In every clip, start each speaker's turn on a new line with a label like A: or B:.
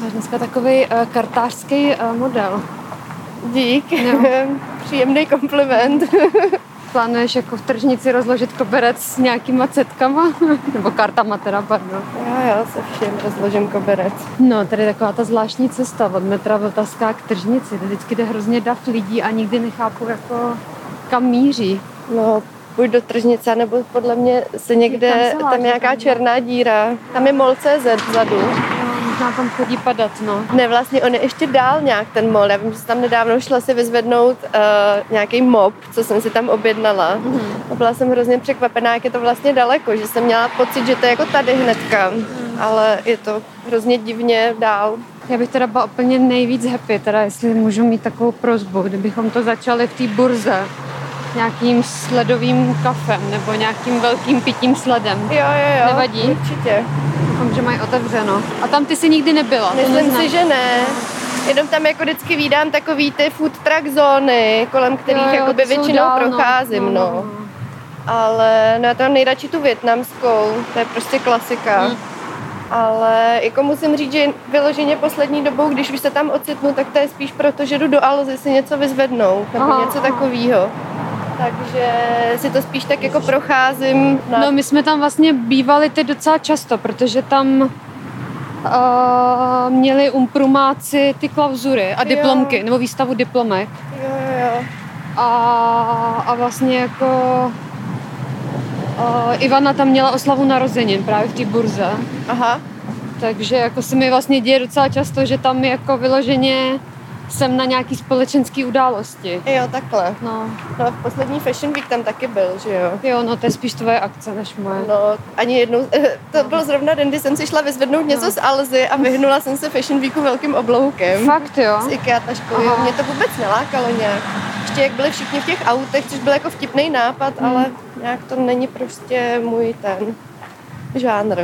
A: Máš dneska takový uh, kartářský uh, model.
B: Dík.
A: Jo.
B: Příjemný kompliment.
A: Plánuješ jako v tržnici rozložit koberec s nějakýma cetkama? Nebo kartama teda, pardon.
B: Já, já se všem rozložím koberec.
A: No, tady taková ta zvláštní cesta od metra Vltavská k tržnici. To vždycky jde hrozně dav lidí a nikdy nechápu, jako kam míří.
B: No, buď do tržnice, nebo podle mě se někde,
A: kancelář,
B: tam nějaká
A: tam je.
B: černá díra. Tam je mol CZ vzadu.
A: No, možná tam chodí padat, no.
B: Ne, vlastně on je ještě dál nějak ten mol. Já vím, že jsem tam nedávno šla si vyzvednout uh, nějaký mop, co jsem si tam objednala. A byla jsem hrozně překvapená, jak je to vlastně daleko, že jsem měla pocit, že to je jako tady hnedka. Ale je to hrozně divně dál.
A: Já bych teda byla úplně nejvíc happy, teda jestli můžu mít takovou prozbu, kdybychom to začali v té burze nějakým sledovým kafem nebo nějakým velkým pitím sledem.
B: Jo, jo, jo.
A: Nevadí?
B: Určitě.
A: Doufám, že mají otevřeno. A tam ty jsi nikdy nebyla. to
B: Myslím
A: neznáš.
B: si, že ne. Jenom tam jako vždycky vídám takový ty food truck zóny, kolem kterých
A: Jo, jo,
B: jakoby
A: to jsou
B: většinou
A: dál, no.
B: procházím, no. no. Ale no já tam nejradši tu větnamskou, to je prostě klasika.
A: Hmm.
B: Ale jako musím říct, že vyloženě poslední dobou, když už se tam ocitnu, tak to je spíš proto, že jdu do Alzy si něco vyzvednout, nebo
A: Aha,
B: něco
A: aha.
B: takového. Takže si to spíš tak jako procházím. Na...
A: No, my jsme tam vlastně bývali teď docela často, protože tam uh, měli umprumáci ty klauzury a
B: Jo.
A: diplomky, nebo výstavu diplomek.
B: Jo, jo, jo.
A: A, a vlastně jako uh, Ivana tam měla oslavu narozenin právě v té burze.
B: Aha.
A: Takže jako se mi vlastně děje docela často, že tam jako vyloženě jsem na nějaký společenský události.
B: Jo, takhle.
A: No,
B: No a v poslední Fashion Week tam taky byl, že jo?
A: jo, no to je spíš tvoje akce než moje.
B: No, ani jednou, to byl zrovna den, kdy jsem si šla vyzvednout něco z Alzy a vyhnula jsem se Fashion Weeku velkým obloukem.
A: Fakt jo?
B: Z IKEA taškou, jo,
A: Aha.
B: mě to vůbec nelákalo nějak. Ještě jak byli všichni v těch autech, což byl jako vtipný nápad,
A: Hmm.
B: ale nějak to není prostě můj ten žánr.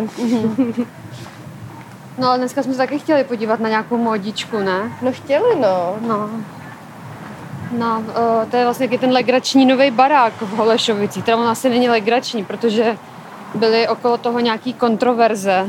A: No ale dneska jsme se taky chtěli podívat na nějakou modičku, ne?
B: No chtěli, no.
A: No. No, eh, to je vlastně taky ten legrační nový barák v Holešovicí. Teda on asi není legrační, protože byly okolo toho nějaký kontroverze.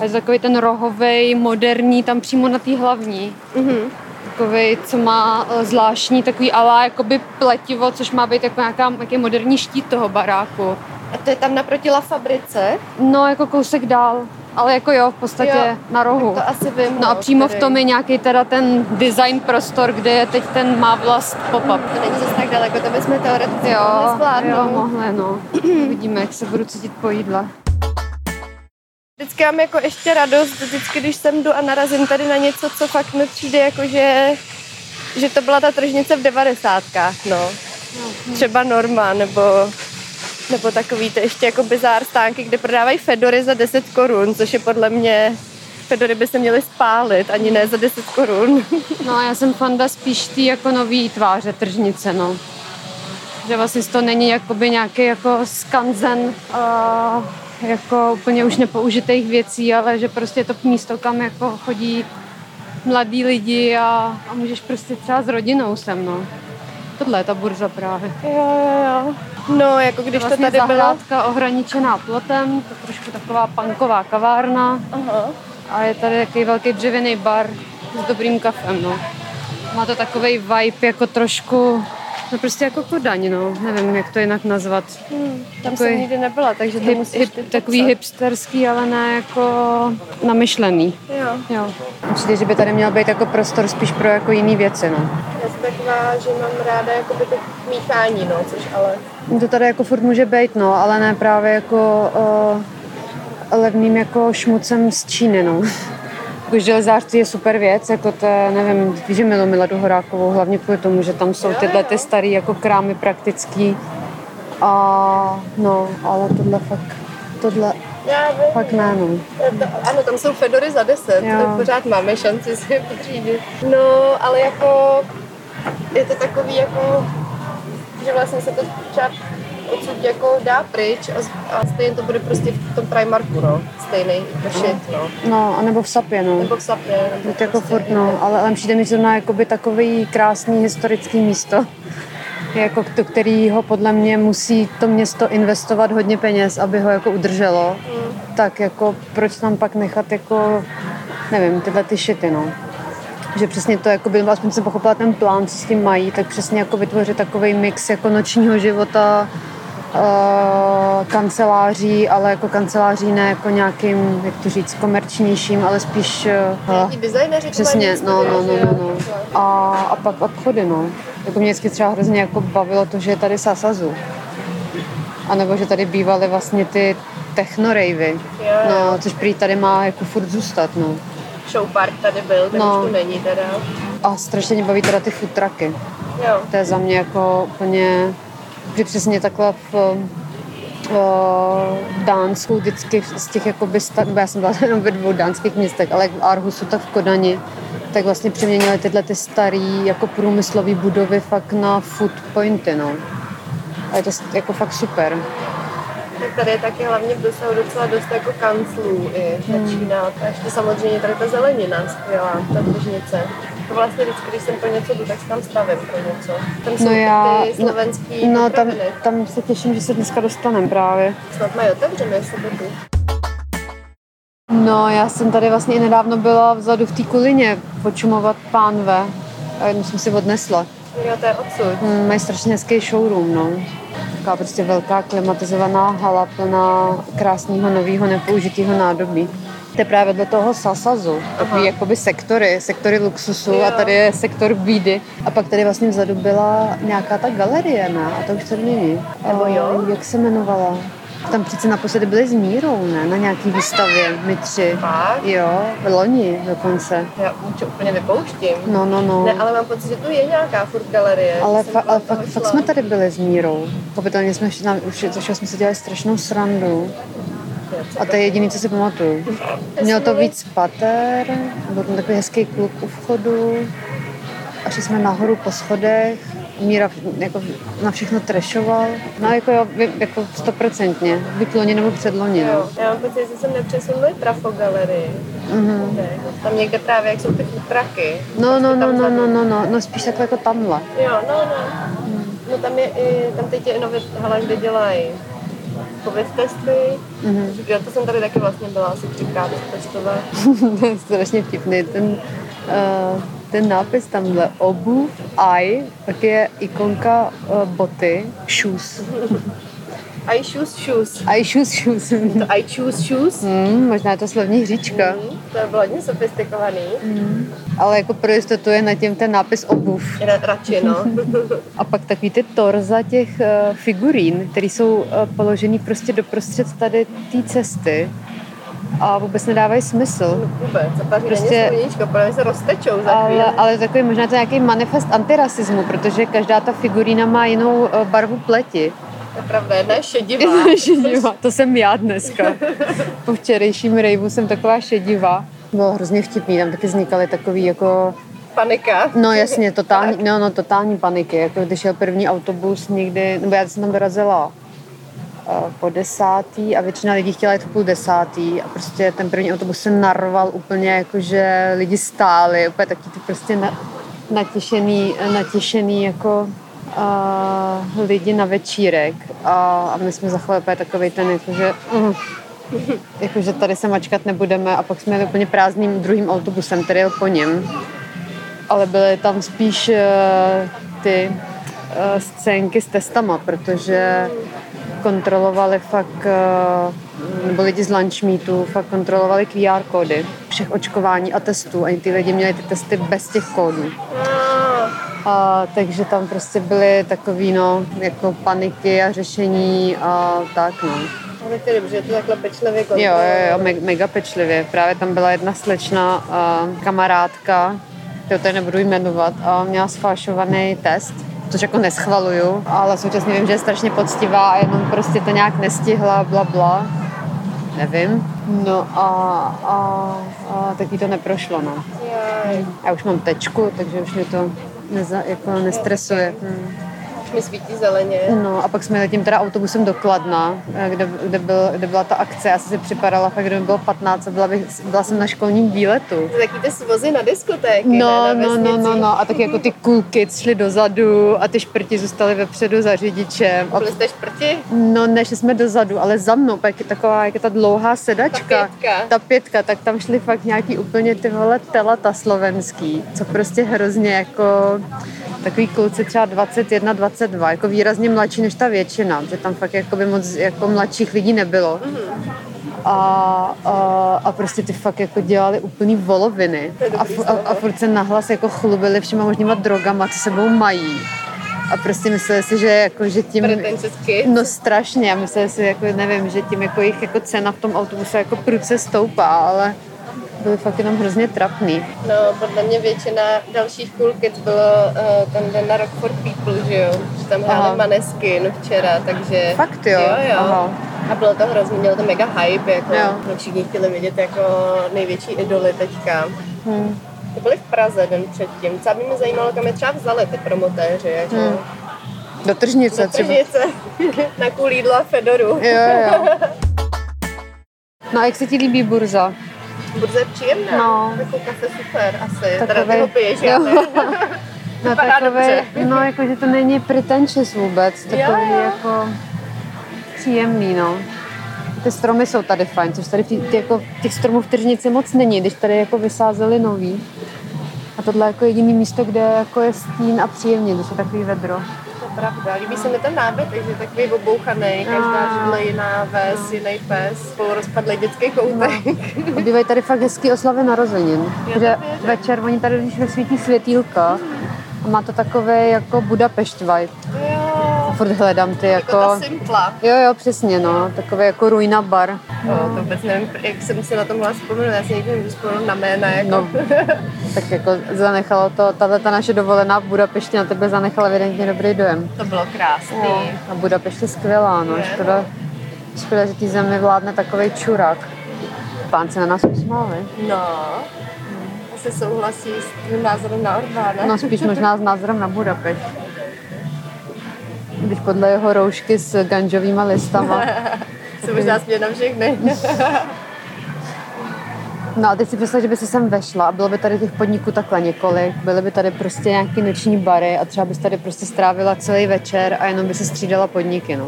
A: A je to takový ten rohovej, moderní, tam přímo na té hlavní.
B: Mhm.
A: Takový, co má eh, zvláštní takový alá, jakoby pletivo, což má být jako nějaká, nějaký moderní štít toho baráku.
B: A to je tam naproti La Fabrice,
A: No, jako kousek dál. Ale jako jo, v podstatě
B: Jo,
A: na rohu.
B: to asi vím.
A: No a přímo v
B: který-
A: tom je nějaký teda ten design prostor, kde je teď ten má vlast pop-up.
B: To není zase tak daleko, to bychom teoreticky mohli
A: Jo, jo,
B: zvládnout.
A: mohli, no. Uvidíme, jak se budu cítit po jídle.
B: Vždycky mám jako ještě radost, vždycky, když sem jdu a narazím tady na něco, co fakt mi přijde jako, že, že to byla ta tržnice v devadesátkách, no. Třeba Norma, nebo, nebo takový to ještě jako bizár stánky, kde prodávají fedory za 10 korun, což je podle mě, fedory by se měly spálit, ani ne za 10 korun.
A: No a já jsem fanda spíš tý jako nový tváře tržnice, no. Že vlastně to není jakoby nějaký jako skanzen uh, jako úplně už nepoužitých věcí, ale že prostě je to místo, kam jako chodí mladí lidi a, a můžeš prostě třeba s rodinou sem, no. Tohle je ta burza právě.
B: Jo, jo, jo. No, jako když
A: Vlastně
B: to tady bylo...
A: zahrádka ohraničená plotem, to trošku taková panková kavárna
B: Aha.
A: a je tady takový velký dřevěný bar s dobrým kafem, no. Má to takový vibe jako trošku, no prostě jako Kodaň, no, nevím, jak to jinak nazvat.
B: Hmm, tam
A: Takový
B: jsem nikdy nebyla, takže to
A: Hip,
B: musíš ty
A: hip, takový
B: popsat.
A: hipsterský, ale ne jako namyšlený.
B: Jo.
A: Jo. Přijde, že by tady měl být jako prostor spíš pro jako jiný věci, no.
B: Já jsem taková, že mám ráda jakoby to míchání, no, což ale...
A: To tady jako furt může být, no, ale ne právě jako uh, levným jako šmucem z Číny, no. Jako železářství je super věc, jako to je, nevím, že milu Miladu Horákovou, hlavně kvůli tomu, že tam jsou
B: Jo,
A: tyhle
B: jo.
A: ty starý jako krámy praktický. A no, ale tohle fakt, tohle
B: Já vím.
A: fakt ne, no.
B: To, ano, tam jsou Fedory za 10,
A: Jo.
B: pořád máme šanci si je potřídit. No, ale jako je to takový jako, že vlastně se to třeba odsud jako dá pryč a, z- a stejně to bude prostě v tom Primarku, no, stejný košit, no.
A: No, anebo v Sapě, no.
B: Nebo v Sapě, nebo
A: Je to jako
B: prostě-
A: furt, no, ale, ale přijde mi zrovna jakoby takový krásný historický místo, jako do kterého podle mě musí to město investovat hodně peněz, aby ho jako udrželo. Tak jako proč tam pak nechat jako nevím, tyhle ty šity, no. Že přesně to, jakoby, aspoň jsem pochopila ten plán, co s tím mají, tak přesně jako vytvořit takový mix jako nočního života, eh, kanceláří, ale jako kanceláří ne jako nějakým, jak to říct, komerčnějším, ale spíš... eh,
B: I designéři
A: Přesně, no, no,
B: prostě
A: no, no,
B: jako-
A: no. A, a pak obchody, no. Jako mě vždycky třeba hrozně jako bavilo to, že je tady Sasazu. A nebo že tady bývaly vlastně ty technorejvy.
B: Jo, jo.
A: No, což prý tady má jako furt zůstat, no.
B: Show park tady byl, ten
A: No.
B: už tu není teda.
A: A strašně mě baví teda ty futraky.
B: Jo.
A: To je za mě jako úplně, že přesně takhle v, eh, v Dánsku vždycky z těch jakoby, sta- nebo já jsem byla jenom ve dvou dánských městech, ale jak v Arhusu, tak v Kodani, tak vlastně přeměnili tyhle ty starý jako průmyslové budovy fakt na food pointy, no. A je to s- jako fakt super.
B: Tak tady je taky hlavně v dosahu docela dost jako kanclů i začíná.
A: Hmm.
B: A ještě samozřejmě tady ta zelenina skvělá, ta tržnice. To vlastně vždycky, když jsem pro něco jdu, tak si tam stavím pro něco. Tam jsou
A: No já,
B: ty slovenský
A: no, no tam,
B: potraviny.
A: tam se těším, že se dneska dostaneme právě.
B: Snad mají otevřené v sobotu.
A: No, já jsem tady vlastně i nedávno byla vzadu v té kulině počumovat pánve a jednu jsem si odnesla.
B: Jo, to je odsud.
A: Mm, Mají strašně hezký showroom, no. Taková prostě velká klimatizovaná hala plná krásného nového nepoužitého nádobí. To je právě vedle toho Sasazu, takový jakoby sektory, sektory luxusu
B: Jo.
A: a tady je sektor bídy. A pak tady vlastně vzadu byla nějaká ta galerie, ne? A to už tady není.
B: Nebo
A: A
B: jo?
A: Jak se jmenovala? Tam přece naposledy byli s Mírou, ne? Na nějaký výstavě, my tři.
B: Fakt?
A: Jo, v loni dokonce.
B: Já už úplně nepouštím.
A: No, no, no.
B: Ne, ale mám pocit, že tu je nějaká furt galerie.
A: Ale,
B: Jsem jako
A: fa-
B: kolem
A: ale
B: toho
A: fakt, fakt
B: šla.
A: jsme tady byli s Mírou. Pochopitelně jsme šli, na- už začali jsme si dělat strašnou srandu. A to je jediné, co si pamatuju. Mělo to víc pater, byl tam takový hezký klub u vchodu. A šli jsme nahoru po schodech. Míra jako na všechno trešoval. No jako jo, vy- jako stoprocentně. Buď loni nebo předloni. No.
B: Jo, já mám pocit, že jsem nepřesunuli trafo galerii.
A: Mhm.
B: Ne, Tam někde právě, jak jsou ty traky.
A: No, no,
B: Prostě
A: no,
B: tam
A: no,
B: vzadu.
A: no, no, no, no, spíš takhle jako tamhle.
B: Jo, no, no. No tam je i, tam teď je i nově hala, kde dělají covid testy.
A: Mhm.
B: Jo, to jsem tady taky vlastně byla asi třikrát testovat.
A: To je strašně vtipný. Ten, uh, ten nápis tamhle, obuv, I, pak je ikonka uh, boty, shoes.
B: I choose shoes.
A: I shoes, shoes.
B: To I choose shoes.
A: Hmm, možná je to slovní hříčka.
B: Mm, to bylo hodně sofistikovaný.
A: Mhm. Ale jako pro jistotu je nad tím ten nápis obuv.
B: Ra- radši, no.
A: A pak takový ty torza těch uh, figurín, které jsou uh, položený prostě doprostřed tady té cesty a vůbec nedávají smysl.
B: No Vůbec, a pak
A: Prostě-
B: prostě... není sluníčko, protože se roztečou za chvíli.
A: Ale, ale takový možná to je nějaký manifest antirasismu, protože každá ta figurína má jinou eh, barvu pleti.
B: To je pravda, jedna je šedivá.
A: šedivá. To jsem já dneska. Po včerejším rejvu jsem taková šedivá. Bylo hrozně vtipný, tam taky vznikaly takový jako,
B: Panika.
A: no jasně, totální, no, no, totální paniky, jako když šel první autobus někdy, nebo já jsem tam dorazila eh, po desátý a většina lidí chtěla jít po půl desátý a prostě ten první autobus se narval úplně jako, že lidi stáli, úplně taky ty prostě na, natěšený, natěšený jako uh, lidi na večírek a, a my jsme zachovali úplně takový ten jako, že uh, jakože tady se mačkat nebudeme a pak jsme jeli úplně prázdným druhým autobusem, který jel po něm. Ale byly tam spíš eh, ty eh, scénky s testama, protože kontrolovali fakt, eh, nebo lidi z lunch meetu fakt kontrolovali QR kódy všech očkování a testů. Ani ty lidi měli ty testy bez těch kódů.
B: Ah,
A: A, takže tam prostě byly takový, no, jako paniky a řešení a tak, no.
B: ale to je dobře, je to takhle pečlivě
A: Jo, jo, jo,
B: kontrolované.
A: me- mega pečlivě. Právě tam byla jedna slečna, uh, kamarádka, kterou tady nebudu jmenovat, a měla sfalšovaný test, což jako neschvaluju, ale současně vím, že je strašně poctivá a jenom prostě to nějak nestihla, bla, bla. Nevím. No a, a, a tak jí to neprošlo, no.
B: Jaj.
A: Já už mám tečku, takže už mě to neza, jako nestresuje. Hmm.
B: mi svítí zeleně.
A: No a pak jsme letím teda autobusem do Kladna, eh, kde, kde, byl, kde byla ta akce. Já jsem si připadala fakt, kdyby bylo 15 a byla, bych, byla jsem na školním výletu.
B: Taky ty svozy na diskotéky,
A: No,
B: ne, na
A: no, no, no,
B: vesnicích.
A: no. A tak jako ty cool kids šli dozadu a ty šprti zůstaly vepředu za řidičem. A
B: Byli jste šprti?
A: No ne, že jsme dozadu, ale za mnou, pak je taková jak je ta dlouhá sedačka.
B: Ta pětka.
A: Ta pětka, tak tam šli fakt nějaký úplně ty vole telata slovenský, co prostě hrozně jako takový kluci třeba 21, 22, jako výrazně mladší než ta většina, že tam fakt jako by moc jako mladších lidí nebylo. A, a, a, prostě ty fakt jako dělali úplný voloviny.
B: To je
A: A,
B: dobrý
A: fu- a, a furt se nahlas jako chlubili všema možnýma drogama, co sebou mají. A prostě mysleli si, že, jako, že tím...
B: Pretentious kids.
A: No strašně, já myslím si, jako, nevím, že tím jako jejich jako cena v tom autobuse jako prudce stoupá, ale byly fakt jenom hrozně trapný.
B: No, podle mě většina dalších cool kids bylo uh, ten den na Rock for People, že jo? Že tam
A: Aha.
B: hráli Maneskin včera, takže...
A: Fakt jo?
B: Jo, jo.
A: Aha.
B: A bylo to hrozně, mělo to mega hype, jako
A: Jo.
B: všichni chtěli vidět jako největší idoly teďka.
A: Hmm.
B: To byly v Praze den předtím. Co by mě zajímalo, kam je třeba vzali ty promotéři, jako
A: Hmm.
B: hmm.
A: Do tržnice
B: na
A: třeba.
B: tržnice, na Kulídlo a Fedoru.
A: Jo, jo. No a jak se ti líbí burza?
B: Burza je příjemná,
A: No.
B: jako kafe super asi, teda
A: Takovej-
B: ty ho piješ, já
A: Jo.
B: ne.
A: No,
B: Vypadá
A: takové,
B: dobře.
A: no jako, že to není pretentious vůbec, takový
B: jo.
A: jako příjemný, no. Ty stromy jsou tady fajn, což tady v tý, ty, jako, těch stromů v tržnici moc není, když tady jako vysázeli nový. A tohle je jako jediný místo, kde jako je stín a příjemně, když je takový vedro.
B: To je pravda. Líbí se mi ten nábytek, že je takový obouchaný,
A: No.
B: každá židle jiná ves, jiný pes, spolu rozpadlý dětský koutek.
A: A bývají tady fakt hezký oslavy narozenin.
B: Já to
A: Že
B: věřím.
A: večer oni tady když svítí světýlka a má to takové jako Budapešť vibe.
B: Jo,
A: Furt hledám ty
B: jako ta
A: No. jako...
B: simpla.
A: Jo, jo, přesně, no. Takové jako ruina bar.
B: No, to vůbec nevím, jak jsem si na tom mohla vzpomenout, já si nikdy nemůžu vzpomenout na jména. Jako.
A: No, tak jako zanechalo to, tahle ta naše dovolená v Budapešti na tebe zanechala evidentně dobrý dojem.
B: To bylo krásný.
A: A Budapešť je skvělá, no,
B: Je,
A: škoda, škoda, že té zemi vládne takový čurák. Pán se na nás usmál, viď?
B: No, asi souhlasí s tím názorem na Orbána.
A: No spíš možná s názorem na Budapešť. Když podle jeho roušky s ganžovými listama.
B: Se možná směje na všechny.
A: No a teď si představ, že by se sem vešla a bylo by tady těch podniků takhle několik. Byly by tady prostě nějaký noční bary a třeba bys tady prostě strávila celý večer a jenom by se střídala podniky, no.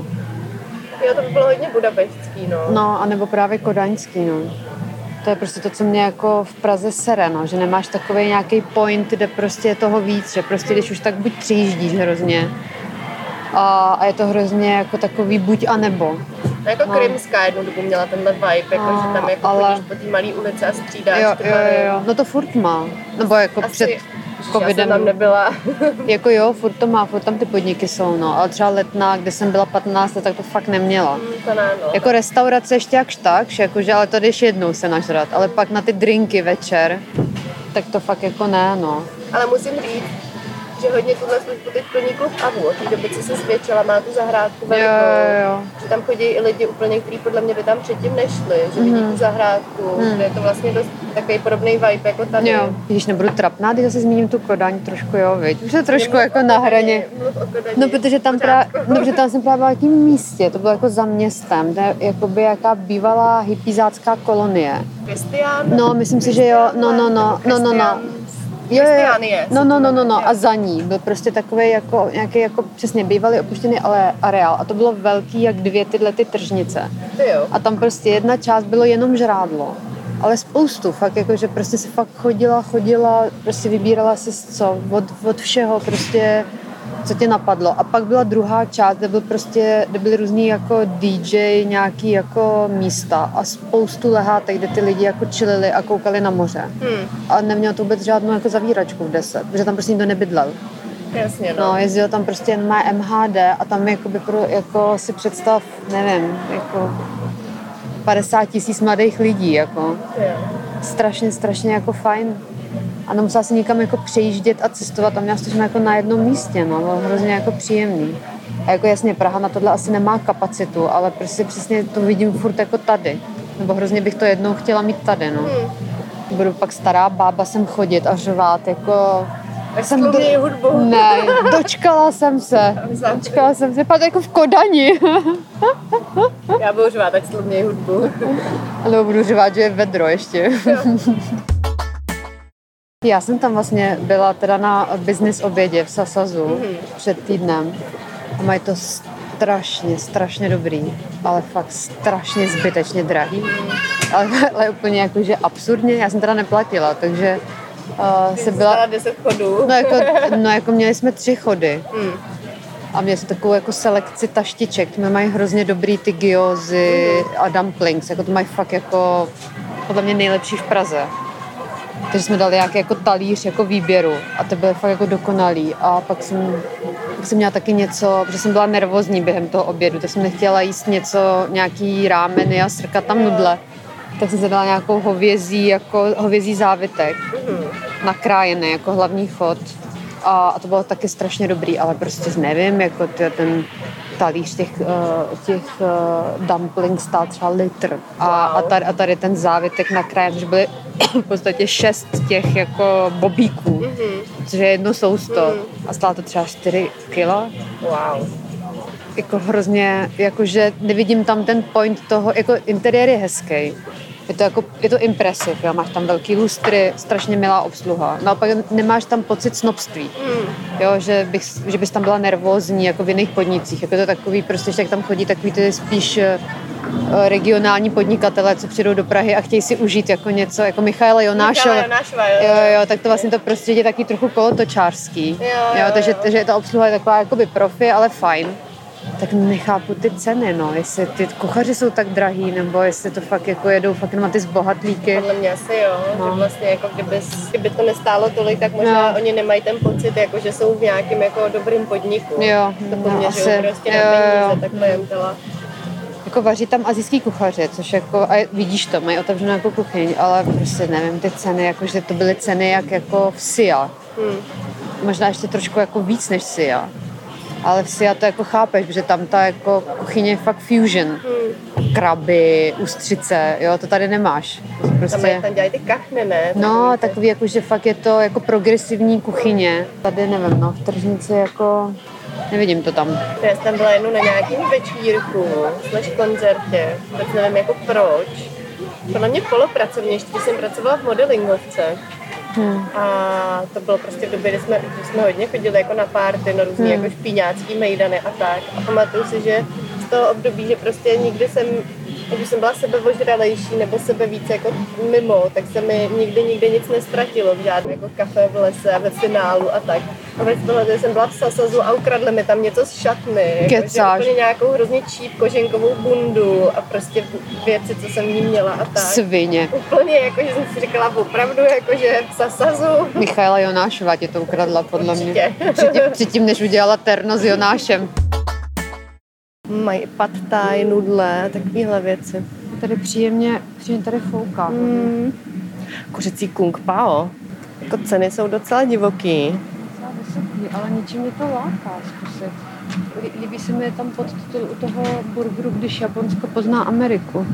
B: jo, to by bylo hodně budapeštský, no.
A: No, anebo právě kodaňský, no. To je prostě to, co mě jako v Praze sere, no, že nemáš takový nějaký point, kde prostě je toho víc, že prostě když už tak buď přijíždíš hrozně a, a je to hrozně jako takový buď a nebo.
B: Jako
A: No.
B: Krymská jednu dobu měla tenhle vibe, jako,
A: No,
B: že tam jako
A: ale-
B: chodíš po té malé ulici a střídáš
A: Jo,
B: ty
A: jo,
B: bary.
A: jo, no to furt má, nebo jako
B: Asi-
A: před
B: Ježiš, Já jsem tam
A: covidem.
B: nebyla.
A: Jako jo, furt to má, furt tam ty podniky jsou, no, ale třeba letná, kde jsem byla 15 let, tak to fakt neměla.
B: to ne, no.
A: Jako restaurace ještě jakž tak, že jakože, ale to jdeš jednou se nažrat, ale pak na ty drinky večer, tak to fakt jako ne, no.
B: Ale musím říct, že hodně tuhle službu teď plní klub AVU. Od té doby, co se zvětšila, má tu zahrádku
A: Jo,
B: velikou.
A: jo, jo.
B: Že tam chodí i lidi úplně, kteří podle mě by tam předtím nešli, že vidí tu zahrádku,
A: Mhm.
B: kde je to vlastně dost takový podobný vibe jako tady.
A: Jo. Když nebudu trapná, když zase zmíním tu Kodaň trošku, jo, viď. Už je trošku
B: Mluv
A: jako
B: o
A: na
B: Kodani,
A: hraně.
B: mluv o Kodani.
A: No, protože tam, pra, no, protože tam jsem právě byla na tím místě, to bylo jako za městem, to je jakoby jaká bývalá hypizácká kolonie.
B: Kristián?
A: No, myslím si, že jo, no, no, no, no, no, no. Jo, jo, jo.
B: Kristiánie se
A: No, no,
B: to
A: no, no,
B: jmenuje,
A: no.
B: jo.
A: A za ní byl prostě takový jako, nějaký jako přesně bývalý opuštěný ale areál. A to bylo velký jak dvě tyhle ty tržnice.
B: Ty jo.
A: A tam prostě jedna část bylo jenom žrádlo. Ale spoustu, fakt jako, že prostě se fakt chodila, chodila, prostě vybírala si co, od, od všeho prostě, co tě napadlo. A pak byla druhá část, kde byl prostě, kde byly různý jako DJ, nějaký jako místa a spoustu lehátek, kde ty lidi jako čilili a koukali na moře.
B: Hm,
A: A nemělo to vůbec žádnou jako zavíračku v 10, protože tam prostě nikdo nebydlel.
B: jasně, no.
A: No, jezdil tam prostě jen má MHD a tam jakoby pro, jako si představ, nevím, jako 50 tisíc mladých lidí, jako
B: Ty jo.
A: strašně, strašně jako fajn. A nemusela si nikam jako přejíždět a cestovat a měla jsi to všechno jako na jednom místě, no, bylo hrozně jako příjemný. A jako jasně, Praha na tohle asi nemá kapacitu, ale prostě přesně to vidím furt jako tady. Nebo hrozně bych to jednou chtěla mít tady, no.
B: Hm.
A: Budu pak stará bába sem chodit a řvát jako
B: Tak
A: Jsem
B: jsem
A: do-
B: hudbu.
A: Ne, dočkala jsem se. Dočkala jsem se, pak jako v Kodani.
B: Já budu řvát, tak slubněj hudbu.
A: Ale budu řvát, že je vedro ještě. Já jsem tam vlastně byla teda na business obědě v Sasazu
B: Mhm.
A: před týdnem a mají to strašně, strašně dobrý, ale fakt strašně zbytečně drahý. Ale, ale úplně jakože absurdně, já jsem teda neplatila, takže uh,
B: Jsi
A: se byla,
B: 10 chodů.
A: no jako, no jako měli jsme tři chody
B: Mm.
A: a měli jsme takovou jako selekci taštiček, my mají hrozně dobrý ty gyozy a dumplings, jako to mají fakt jako podle mě nejlepší v Praze. Takže jsme dali nějaký jako talíř jako výběru a to bylo fakt jako dokonalý. A pak jsem, pak jsem měla taky něco, protože jsem byla nervózní během toho obědu, tak jsem nechtěla jíst něco, nějaký rámeny a srkat tam nudle. Tak jsem zadala nějakou hovězí, jako hovězí závitek nakrájený jako hlavní chod. A, a to bylo taky strašně dobrý, ale prostě nevím, jako t- ten talíř těch, eh, těch eh, dumplings stál třeba litr. A, a, tady, a tady ten závitek nakrájen, že byly v podstatě šest těch jako bobíků, což je jedno sousto. A stálo to třeba 4 kilo.
B: Wow.
A: Jako hrozně, jakože nevidím tam ten point toho, jako interiér je hezký. Je to, jako, je to impresiv, jo? máš tam velký lustry, strašně milá obsluha. Naopak nemáš tam pocit snobství,
B: Mm.
A: jo? Že, bych, že bys tam byla nervózní jako v jiných podnicích. Jako je to takový prostě, že jak tam chodí takový ty spíš eh, regionální podnikatele, co přijdou do Prahy a chtějí si užít jako něco, jako Michaela Jonášova.
B: Nášva, jo.
A: Jo, jo, tak to vlastně to prostředí je taky trochu kolotočářský.
B: Jo, jo,
A: takže,
B: jo.
A: takže ta obsluha je taková jakoby profi, ale fajn. Tak nechápu ty ceny, no, jestli ty kuchaři jsou tak drahý, nebo jestli to fakt jako jedou fakt jenom na ty zbohatlíky.
B: Podle mě asi jo,
A: No.
B: no. že vlastně jako kdyby, kdyby to nestálo tolik, tak možná
A: No.
B: no. oni nemají ten pocit, jako že jsou v nějakém jako dobrým podniku.
A: Jo,
B: to po
A: no,
B: mně
A: asi.
B: žijou prostě
A: Jo,
B: na
A: jo, jo.
B: peníze, takhle jim dala.
A: Jako vaří tam azijský kuchaři, což jako, a vidíš to, mají otevřenou jako kuchyň, ale prostě nevím, ty ceny, jakože to byly ceny jak jako v SIA.
B: Hm.
A: možná ještě trošku jako víc než Sia. Ale v Sia to jako chápeš, protože tam ta jako kuchyně je fakt fusion.
B: hm.
A: Kraby, ústřice, jo, to tady nemáš.
B: Tam, mají,
A: Prostě,
B: tam dělají ty kachny, ne?
A: no,
B: Takový ty-
A: takový jako, že fakt je to jako progresivní kuchyně. Tady nevím, no, v tržnici jako, nevidím to tam.
B: Já jsem tam byla jenom na nějakým večírku, slash koncertě, tak nevím jako proč. Podle mě polopracovně, ještě když jsem pracovala v modelingovce.
A: Hmm.
B: A to bylo prostě v době, kdy jsme, kdy jsme hodně chodili jako na párty, na různé
A: Hmm.
B: jako špíňácký mejdany a tak. A pamatuju si, že z toho období, že prostě nikdy jsem, když jsem byla sebevožralejší nebo sebe více jako mimo, tak se mi nikdy nikdy nic nestratilo v žádném jako kafe v lese a ve finálu a tak. A pak tohle, že jsem byla v Sasazu a ukradli mi tam něco z šatny.
A: Kecáš.
B: Jako, že úplně nějakou hrozně číp koženkovou bundu a prostě věci, co jsem v ní měla a tak.
A: Svině.
B: Úplně jako, že jsem si říkala opravdu, jako, že v Sasazu
A: Michaela Jonášová tě to ukradla, podle mě.
B: Určitě.
A: Předtím, předtím, než udělala terno s Jonášem.
B: Mají pad thai, nudle, takovéhle věci.
A: Tady příjemně, příjemně tady fouká.
B: Mm. Kuřecí kung pao. Jako ceny jsou docela divoký.
A: docela vysoký, ale ničím mě to láká zkusit. Lí- Líbí se mi tam podtitul u toho burgeru, když Japonsko pozná Ameriku.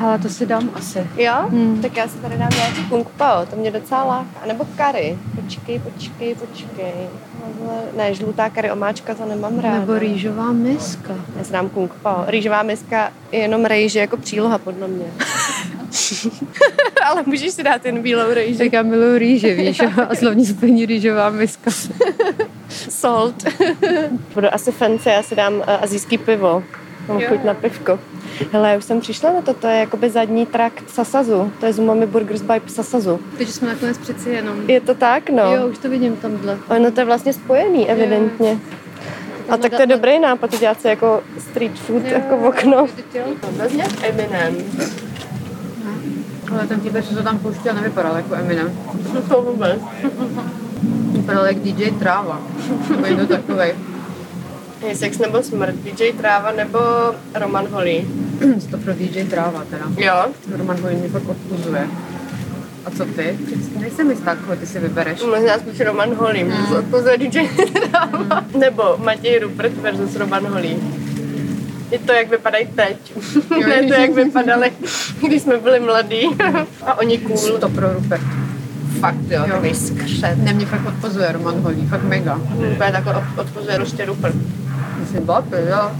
A: Hele, to si dám asi.
B: Jo?
A: Hmm.
B: Tak já si tady dám nějaký kung pao, to mě docela láká. A nebo kary. Počkej, počkej, počkej. Tohle- Ne, žlutá kary omáčka, to nemám ráda.
A: Nebo rýžová miska.
B: Já si dám kung pao. Rýžová miska je jenom rejže jako příloha podle mě. Ale můžeš si dát jen bílou rejži.
A: Tak já miluji rýže, víš, a slovní spojení rýžová miska.
B: Salt. Budu asi fancy, já si dám eh, azijský pivo. Mám
A: Jo.
B: chuť na pivko. Hele, já už jsem přišla na to, to je jakoby zadní trakt Sasazu. To je Zumami Burgers by Sasazu.
A: Takže jsme nakonec přeci jenom.
B: Je to tak, no.
A: Jo, už to vidím tamhle.
B: Ono to je vlastně spojený, evidentně. A tak to je dobrý nápad dělat si jako street food, jako v okno. Vezmě Eminem.
A: Ale ten týpek, co to tam pouštěl, nevypadal jako Eminem.
B: To vůbec.
A: Vypadal jako DJ Tráva. Nebo takovej.
B: Je sex nebo smrt, DJ Tráva nebo Roman Holý.
A: To pro DJ Tráva teda.
B: Jo,
A: Roman ho mě fakt odpuzuje. A co ty? Přesně nejsem jistá, koho ty si vybereš.
B: možná spíš Roman Holý,
A: Hmm.
B: mm. to za DJ Tráva. Nebo Matěj Rupert versus Roman Holý. Je to, jak vypadají teď.
A: Jo.
B: ne to, jak vypadali, když jsme byli mladí. A oni cool.
A: To pro Rupert. Fakt jo,
C: Jo.
A: takový skřet.
C: Ne, mě fakt odpozuje Roman Holý, fakt mega.
A: Úplně takhle od- odpozuje rozštěru prd.
C: Myslím, babi, jo.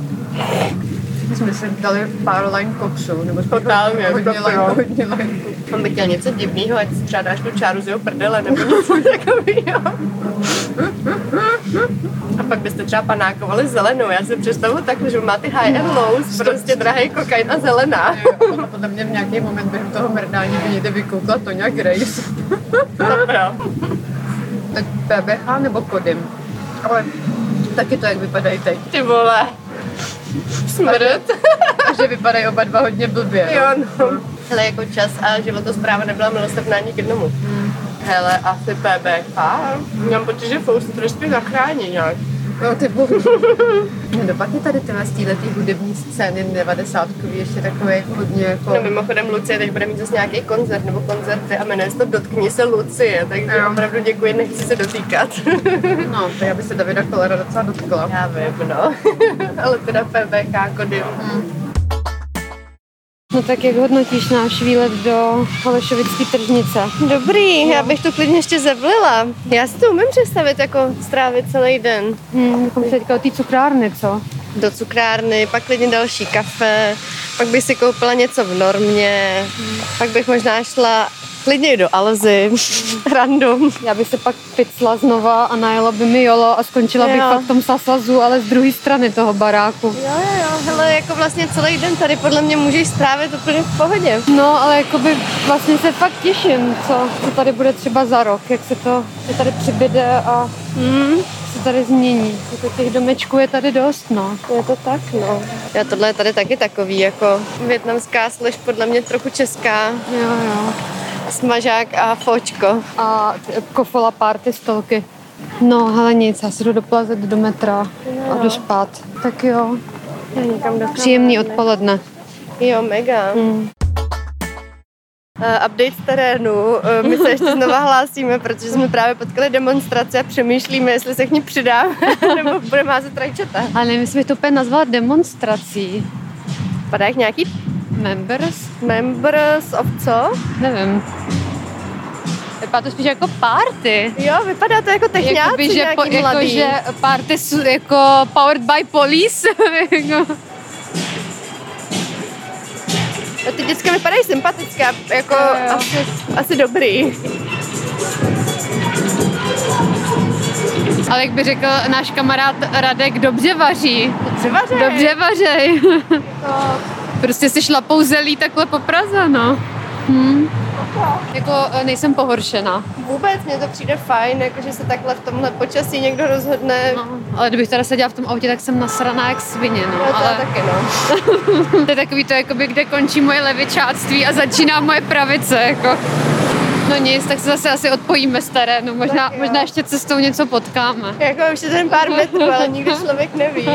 C: My jsme si dali pár line koksu, nebo spíš
A: Totálně,
C: hodně,
A: jako
C: line,
A: jo.
C: hodně line koksu.
A: On by chtěl něco divného, ať střádáš tu čáru z jeho prdele nebo něco takového. A pak byste třeba panákovali zelenou. Já si představu takhle, že má ty high and lows, prostě drahý kokain a zelená.
C: Jo, ono podle mě v nějaký moment během toho mrdání by někde vykoukla Tonya Grace.
A: Dobro.
C: Tak PBH nebo Kodym. Ale taky to, jak vypadají teď.
A: Ty vole. Smrt.
C: A že vypadají oba dva hodně blbě.
A: Jo, no. Hele, jako čas a životospráva nebyla milosrdná ani k jednomu. Hele, asi PBK. Mám pocit, že Faust trošku zachrání nějak.
C: No, ty bohu. Hm, Dopadne tady tyhle z této hudební scény 90 ještě takový hodně jako...
A: No mimochodem Lucie teď bude mít zase nějaký koncert nebo koncerty a jmenuje se to Dotkni se Lucie, takže
B: No.
C: Jo.
A: opravdu děkuji, nechci se dotýkat.
C: No, to já bych se Davida Kolera docela dotkla.
A: Já vím, no. Ale teda PBK kody.
C: No tak jak hodnotíš náš výlet do Holešovické tržnice?
B: Dobrý, já bych to klidně ještě zavlila. Já si to umím představit, jako strávit celý den.
C: Hmm, bychom se teďka o té cukrárny, co?
B: Do cukrárny, pak klidně další kafe, pak bych si koupila něco v normě, pak bych možná šla klidně i do Alzy, random.
C: Já bych se pak picla znova a najela by mi jolo a skončila bych
B: Jo.
C: pak v tom saslazu, ale z druhé strany toho baráku.
B: Jo, jo, jo, hele, jako vlastně celý den tady podle mě můžeš strávit úplně v pohodě.
C: No, ale jakoby vlastně se fakt těším, co, co tady bude třeba za rok, jak se to se tady přibyde a
B: Mm,
C: se tady změní. Jako těch domečků je tady dost, no.
B: je to tak, no. Já tohle je tady taky takový, jako větnamská slež podle mě trochu česká,
C: Jo, jo.
B: smažák a fočko.
C: A t- kofola party stolky. No, hele nic, já se jdu doplazit do metra a jdu spát. Tak jo,
B: Já někam do
C: příjemný odpoledne.
B: Jo, mega.
C: Mm.
B: Eh, Update z terénu. Eh, My se ještě znova hlásíme, protože jsme právě potkali demonstrace a přemýšlíme, jestli se k ní přidáme, nebo bude mázet rajčata.
C: Ale nevím, jestli bych to úplně nazvala demonstrací.
B: Padá jak nějaký
C: Members?
B: members of co?
C: Nevím. Vypadá to spíš jako party.
B: Jo, vypadá to jako techňáci
C: Jakoby, že,
B: nějaký
C: po, jako,
B: mladý.
C: že party jsou jako powered by police. Jako-
B: No, Ty děcka vypadají sympatické, a jako
C: Jo, jo.
B: Asi, asi dobrý.
C: Ale jak by řekl náš kamarád Radek, dobře vaří.
B: Třeba že-
C: Dobře vařej.
B: No,
C: Prostě si šlapou zelí takhle po Praze, no. Hmm. Jako eh, nejsem pohoršená.
B: vůbec mně to přijde fajn, jako že se takhle v tomhle počasí někdo rozhodne.
C: No, ale kdybych teda seděla v tom autě, tak jsem nasraná jak svině,
B: No,
C: no.
B: to
C: Ale
B: taky no.
C: to je takový to, jakoby, kde končí moje levičáctví a začíná moje pravice, jako. No nic, tak se zase asi odpojíme z terénu. Možná,
B: Tak jo.
C: možná ještě cestou něco potkáme.
B: Jako už je ten pár metrů, ale nikdy člověk neví.